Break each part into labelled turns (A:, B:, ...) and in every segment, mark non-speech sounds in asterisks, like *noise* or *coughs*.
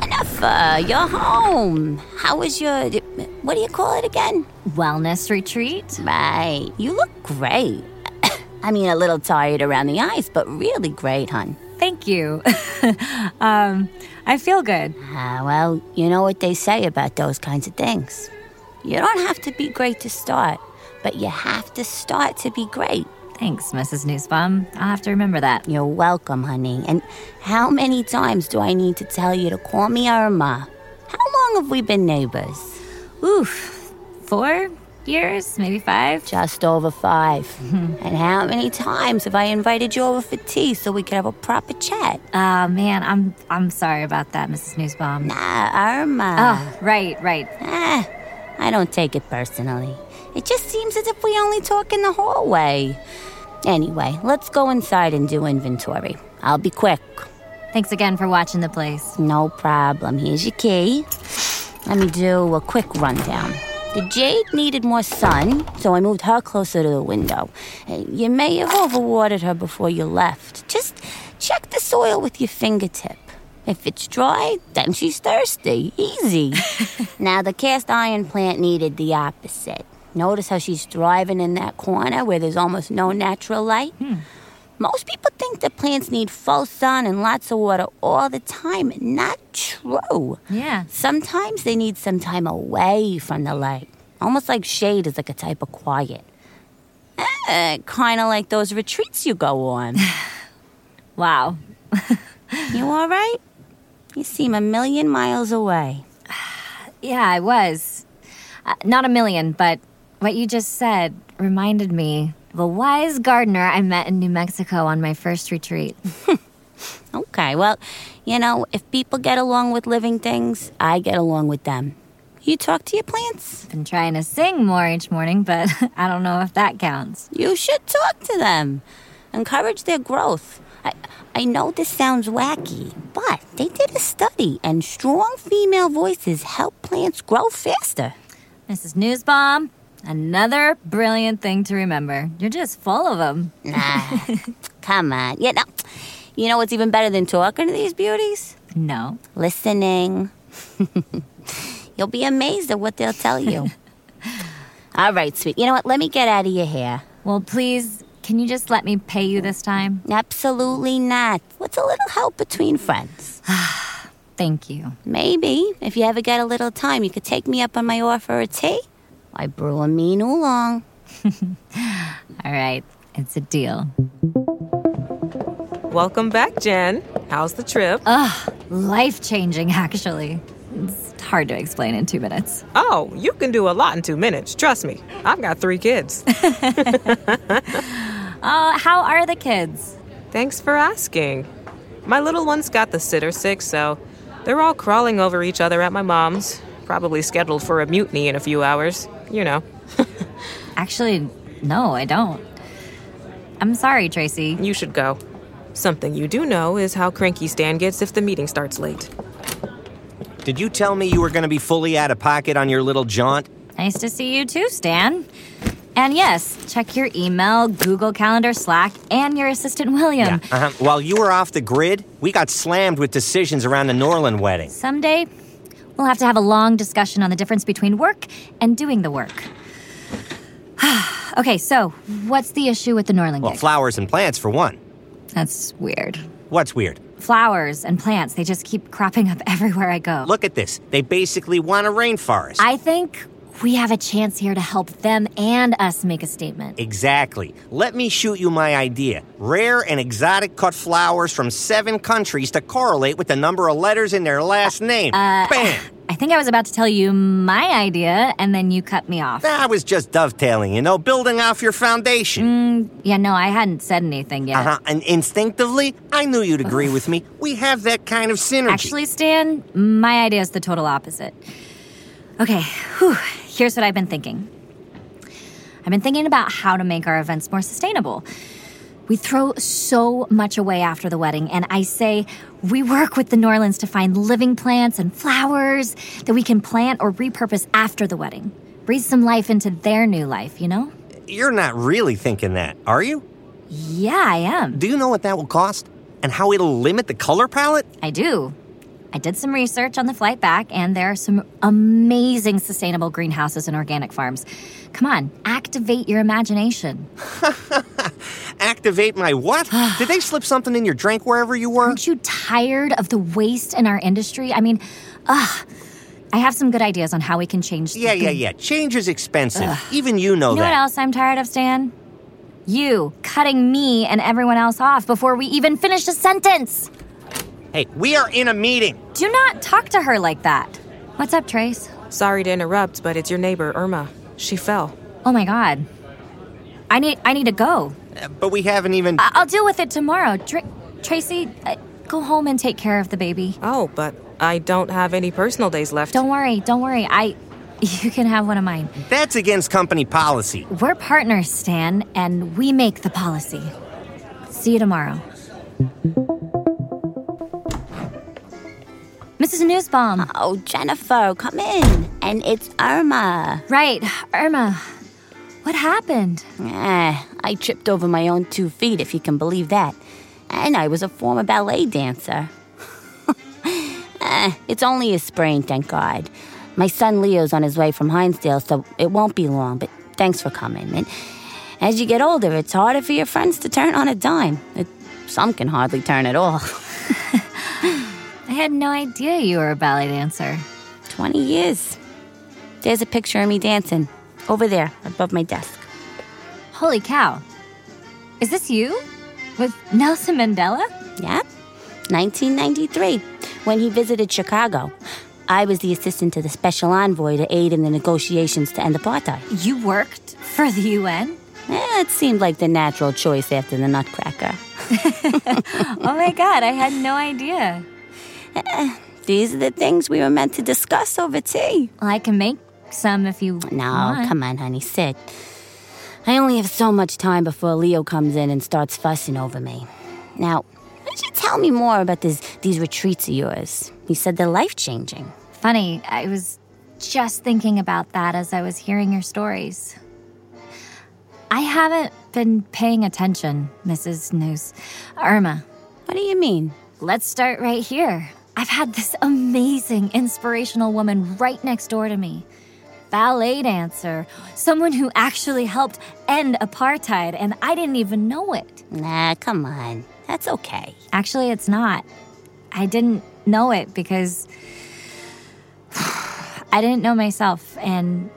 A: Jennifer, you're home. How was your. What do you call it again?
B: Wellness retreat?
A: Right. You look great. *coughs* I mean, a little tired around the eyes, but really great, hon.
B: Thank you. *laughs* um, I feel good.
A: Ah, well, you know what they say about those kinds of things. You don't have to be great to start, but you have to start to be great.
B: Thanks, Mrs. Newsbaum. I'll have to remember that.
A: You're welcome, honey. And how many times do I need to tell you to call me Irma? How long have we been neighbors?
B: Oof, four years, maybe five.
A: Just over five. and how many times have I invited you over for tea so we could have a proper chat?
B: Oh man, I'm I'm sorry about that, Mrs. Newsbaum.
A: Nah, Ah, Irma.
B: Oh, right, right.
A: Ah, I don't take it personally. It just seems as if we only talk in the hallway. Anyway, let's go inside and do inventory. I'll be quick.
B: Thanks again for watching the place.
A: No problem. Here's your key. Let me do a quick rundown. The jade needed more sun, so I moved her closer to the window. Uh, You may have overwatered her before you left. Just check the soil with your fingertip. If it's dry, then she's thirsty. Easy. now, the cast iron plant needed the opposite. Notice how she's thriving in that corner where there's almost no natural light? Most people think that plants need full sun and lots of water all the time. Not true.
B: Yeah.
A: Sometimes they need some time away from the light, almost like shade is like a type of quiet. kind of like those retreats you go on.
B: Wow.
A: you all right? You seem a million miles away.
B: Yeah, I was. Uh, not a million, but what you just said reminded me of a wise gardener I met in New Mexico on my first retreat.
A: Okay, well, you know, if people get along with living things, I get along with them. You talk to your plants?
B: Been trying to sing more each morning, but *laughs* I don't know if that counts.
A: You should talk to them. Encourage their growth. I, I know this sounds wacky, but they did a study, and strong female voices help plants grow faster.
B: Mrs. Newsbomb, another brilliant thing to remember. You're just full of them.
A: Come on. You know, you know what's even better than talking to these beauties?
B: No.
A: Listening. *laughs* You'll be amazed at what they'll tell you. All right, sweet. You know what? Let me get out of your hair.
B: Well, please, can you just let me pay you this time?
A: Absolutely not. What's a little help between friends?
B: Thank you.
A: Maybe, if you ever get a little time, you could take me up on my offer of tea. I brew a mean oolong.
B: All right, it's a deal.
C: Welcome back, Jen. How's the trip?
B: Life changing, *laughs* actually. It's hard to explain in two minutes.
C: oh, you can do a lot in two minutes. Trust me. I've got three kids.
B: Oh, how are the kids?
C: Thanks for asking. My little one's got the sitter sick, so they're all crawling over each other at my mom's. Probably scheduled for a mutiny in a few hours. You know,
B: Actually, no, I don't. I'm sorry, Tracy.
C: you should go. Something you do know is how cranky Stan gets if the meeting starts late.
D: Did you tell me you were going to be fully out of pocket on your little jaunt?
B: Nice to see you too, Stan. And yes, check your email, Google Calendar, Slack, and your assistant William.
D: Uh-huh. While you were off the grid, we got slammed with decisions around the Norland wedding.
B: Someday, we'll have to have a long discussion on the difference between work and doing the work. *sighs* okay, so what's the issue with the Norling
D: Well,
B: gig?
D: flowers and plants, for one.
B: That's weird.
D: What's weird?
B: Flowers and plants, they just keep cropping up *laughs* everywhere I go.
D: Look at this. They basically want a rainforest.
B: I think we have a chance here to help them and us make a statement.
D: Exactly. Let me shoot you my idea. Rare and exotic cut flowers from seven countries to correlate with the number of letters in their last name. Bam!
B: I think I was about to tell you my idea, and then you cut me off.
D: I was just dovetailing, you know, building off your foundation.
B: Yeah, no, I hadn't said anything yet.
D: Uh-huh. And instinctively, I knew you'd agree with me. We have that kind of synergy.
B: Actually, Stan, my idea is the total opposite. Okay, whew, here's what I've been thinking. I've been thinking about how to make our events more sustainable. We throw so much away after the wedding, and I say we work with the New Orleans to find living plants and flowers that we can plant or repurpose after the wedding. Breathe some life into their new life, you know?
D: You're not really thinking that, are you?
B: Yeah, I am.
D: Do you know what that will cost? And how it'll limit the color palette?
B: I do. I did some research on the flight back, and there are some amazing sustainable greenhouses and organic farms. Come on, activate your imagination.
D: Activate my
B: *sighs*
D: what? Did they slip something in your drink wherever you were?
B: Aren't you tired of the waste in our industry? I mean, ugh. I have some good ideas on how we can change.
D: Yeah, yeah, yeah. Change is expensive. Even you know,
B: You know
D: that.
B: what else I'm tired of, Stan? You cutting me and everyone else off before we even finish a sentence.
D: Hey, we are in a meeting.
B: Do not talk to her like that. What's up, Trace?
C: Sorry to interrupt, but it's your neighbor, Irma. She fell.
B: Oh my god. I need I need to go.
D: Uh, But we haven't even.
B: I- I'll deal with it tomorrow. Dr- Tracy, uh, go home and take care of the baby.
C: Oh, but I don't have any personal days left.
B: Don't worry, don't worry. I *laughs* you can have one of mine.
D: That's against company policy.
B: We're partners, Stan, and we make the policy. See you tomorrow. Mrs. Newsbaum.
A: Oh, Jennifer, come in. And it's Irma.
B: Right, Irma. What happened?
A: Ah, I tripped over my own two feet, if you can believe that. And I was a former ballet dancer. *laughs* Ah, it's only a sprain, thank God. My son Leo's on his way from Hinsdale, so it won't be long, but thanks for coming. And as you get older, it's harder for your friends to turn on a dime. It, some can hardly turn at all. *laughs*
B: I had no idea you were a ballet dancer.
A: 20 years. There's a picture of me dancing over there above my desk.
B: Holy cow. Is this you? With Nelson Mandela?
A: Yeah. 1993, when he visited Chicago. I was the assistant to the special envoy to aid in the negotiations to end apartheid.
B: You worked for the UN?
A: Eh, it seemed like the natural choice after the Nutcracker.
B: *laughs* Oh my god, I had no idea.
A: These are the things we were meant to discuss over tea.
B: Well, I can make some if you
A: No,
B: want.
A: come on, honey, sit. I only have so much time before Leo comes in and starts fussing over me. Now, why don't you tell me more about this, these retreats of yours? You said they're life changing.
B: Funny, I was just thinking about that as I was hearing your stories. I haven't been paying attention, Mrs. News. Irma,
A: What do you mean?
B: let's start right here. I've had this amazing, inspirational woman right next door to me. Ballet dancer, someone who actually helped end apartheid, and I didn't even know it.
A: Nah, come on. That's okay.
B: Actually, it's not. I didn't know it because *sighs* I didn't know myself. And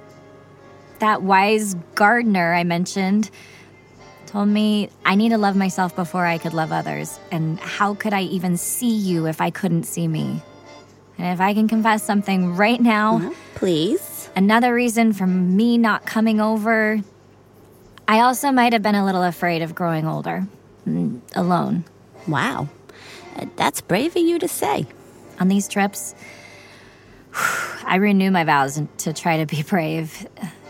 B: that wise gardener I mentioned told me I need to love myself before I could love others. And how could I even see you if I couldn't see me? And if I can confess something right now,
A: Please?
B: another reason for me not coming over, I also might have been a little afraid of growing older mm, alone.
A: Wow. Uh, That's brave of you to say.
B: on these trips, *sighs* I renew my vows and- to try to be *laughs* brave,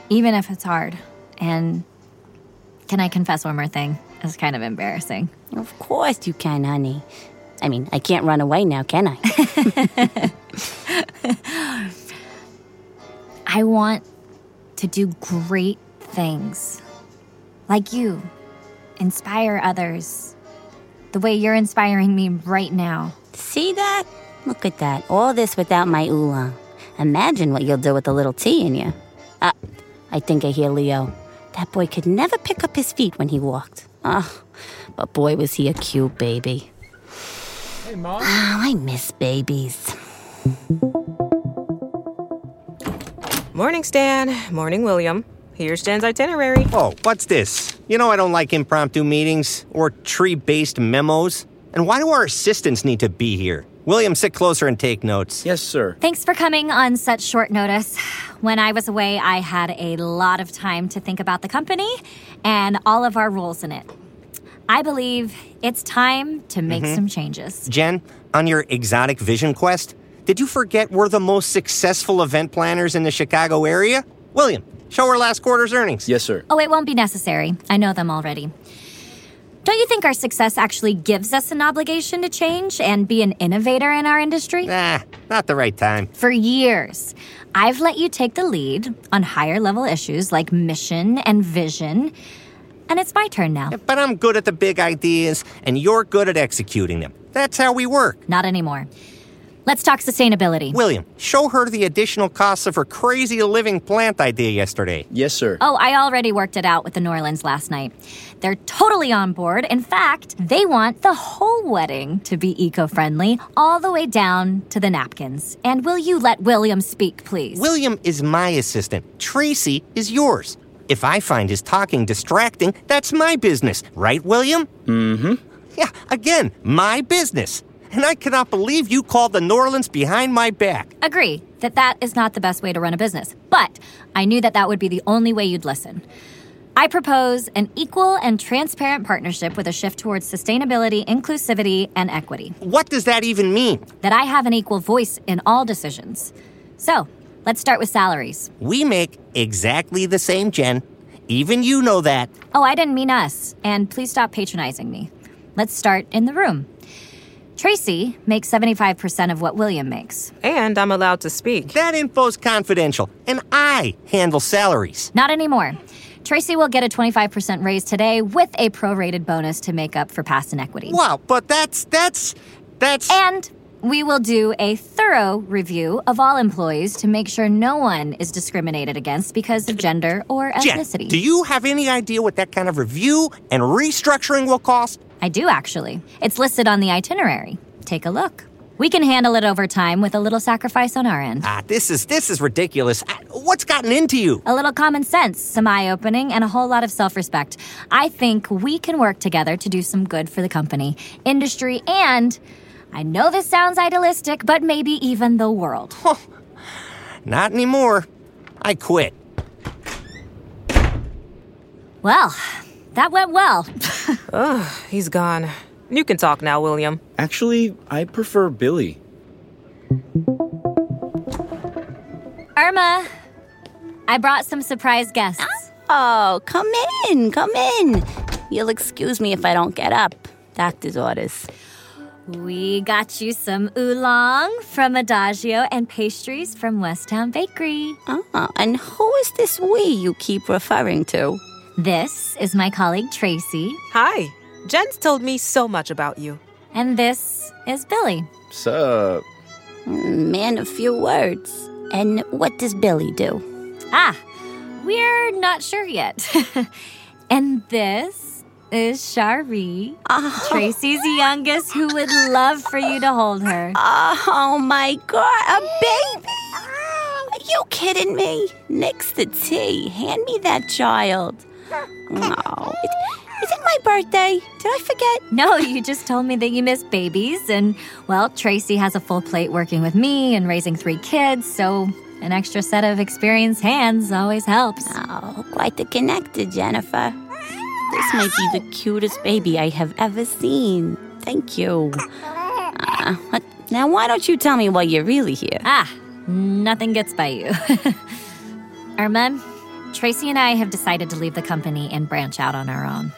B: even if it's hard. And can I confess one more thing? It's kind of embarrassing.
A: Of course you can, honey. I mean, I can't run away now, can I?
B: I want to do great things like you, inspire others the way you're inspiring me right now.
A: See that? Look at that. All this without my oolong. Imagine what you'll do with a little tea in you. Ah, I think I hear Leo. That boy could never pick up his feet when he walked. Ah, but boy, was he a cute baby.
E: Hey, Mom.
A: Oh, I miss babies.
C: Morning, Stan. Morning, William. Here's Jen's itinerary.
D: Oh, what's this? You know I don't like impromptu meetings or tree-based memos. And why do our assistants need to be here? William, sit closer and take notes.
E: Yes, sir.
B: Thanks for coming on such short notice. When I was away, I had a lot of time to think about the company and all of our roles in it. I believe it's time to make some changes.
D: Jen, on your exotic vision quest, did you forget we're the most successful event planners in the Chicago area? William, show her last quarter's earnings.
E: Yes, sir.
B: Oh, it won't be necessary. I know them already. Don't you think our success actually gives us an obligation to change and be an innovator in our industry?
D: Nah, not the right time.
B: For years, I've let you take the lead on higher level issues like mission and vision, and it's my turn now.
D: But I'm good at the big ideas, and you're good at executing them. That's how we work.
B: Not anymore. Let's talk sustainability.
D: William, show her the additional costs of her crazy living plant idea yesterday.
F: Yes, sir.
B: Oh, I already worked it out with the Norlands last night. They're totally on board. In fact, they want the whole wedding to be eco friendly, all the way down to the napkins. And will you let William speak, please?
D: William is my assistant. Tracy is yours. If I find his talking distracting, that's my business, right, William?
F: Mm-hmm.
D: Yeah, again, my business. And I cannot believe you called the Norlands behind my back.
B: Agree that that is not the best way to run a business, but I knew that that would be the only way you'd listen. I propose an equal and transparent partnership with a shift towards sustainability, inclusivity, and equity,
D: What does that even mean?
B: that I have an equal voice in all decisions. So, let's start with salaries.
D: We make exactly the same, Jen. Even you know that.
B: Oh, I didn't mean us. And please stop patronizing me. Let's start in the room. Tracy makes 75% of what William makes.
C: And I'm allowed to speak.
D: That info's confidential, and I handle salaries.
B: Not anymore. Tracy will get a 25% raise today with a prorated bonus to make up for past inequities.
D: Wow, but that's that's that's
B: And we will do a thorough review of all employees to make sure no one is discriminated against because of gender or
D: Jen,
B: ethnicity.
D: do you have any idea what that kind of review and restructuring will cost?
B: I do actually. It's listed on the itinerary. Take a look. We can handle it over time with a little sacrifice on our end.
D: Ah, this is this is ridiculous. Ah, What's gotten into you?
B: A little common sense, some eye opening, and a whole lot of self respect. I think we can work together to do some good for the company, industry, and I know this sounds idealistic, but maybe even the world.
D: Not anymore. I quit.
B: Well, that went well.
C: He's gone. You can talk now, William.
F: Actually, I prefer Billy.
B: Irma, I brought some surprise guests.
A: Oh, come in, come in. You'll excuse me if I don't get up. Doctor's orders.
B: We got you some oolong from Adagio and pastries from West Town Bakery.
A: Ah, and who is this we you keep referring to?
B: This is my colleague Tracy,
C: Hi. Jen's told me so much about you.
B: and this is Billy.
F: Sup?
A: Hmm, Man of few words. And what does Billy do?
B: Ah, we're not sure yet. *laughs* and this is Shari,
A: Oh. Ah,
B: Tracy's youngest, who would love for you to hold her.
A: Oh my god, a baby! Are you kidding me? Nix the tea. Hand me that child. No. It, is it my birthday? Did I forget?
B: No, you just told me that you miss babies, and well, Tracy has a full plate working with me and raising three kids, so an extra set of experienced hands always helps.
A: Oh, quite the connector, Jennifer. This might be the cutest baby I have ever seen. Thank you. Ah, what, now, why don't you tell me why you're really here?
B: Ah, nothing gets by you. *laughs* Irma, Tracy and I have decided to leave the company and branch out on our own.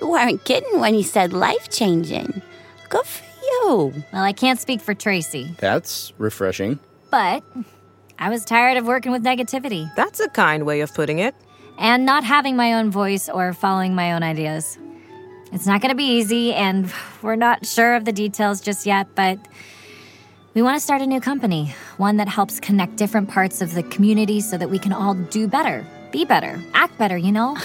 A: You weren't kidding when you said life changing. Good for you.
B: Well, I can't speak for Tracy,
F: That's refreshing.
B: but I was tired of working with negativity
C: That's a kind way of putting it.
B: and not having my own voice or following my own ideas. It's not going to be easy, and we're not sure of the details just yet, but we want to start a new company, one that helps connect different parts of the community so that we can all do better, be better, act better, you know?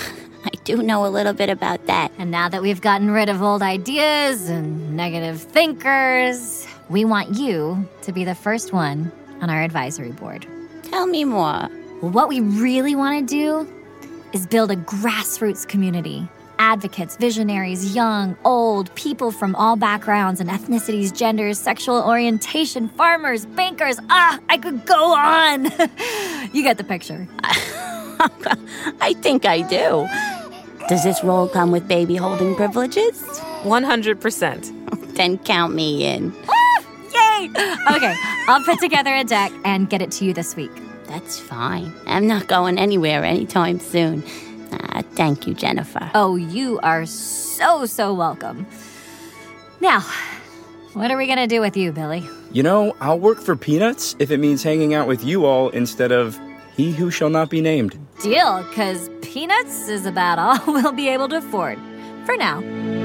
A: I do know a little bit about that.
B: And now that we've gotten rid of old ideas and negative thinkers, we want you to be the first one on our advisory board.
A: Tell me more.
B: What we really want to do is build a grassroots community. Advocates, visionaries, young, old, people from all backgrounds and ethnicities, genders, sexual orientation, farmers, bankers. Ah, I could go on. *laughs* you get the picture.
A: I think I do. Does this role come with baby holding privileges?
C: 100%.
A: Then count me in.
B: Yay! Okay, I'll put together a deck and get it to you this week.
A: That's fine. I'm not going anywhere anytime soon. Ah, thank you, Jennifer.
B: Oh, you are so, so welcome. Now, what are we going to do with you, Billy?
F: You know, I'll work for peanuts if it means hanging out with you all instead of he who shall not be named.
B: *laughs* Deal, because peanuts is about all we'll be able to afford for now.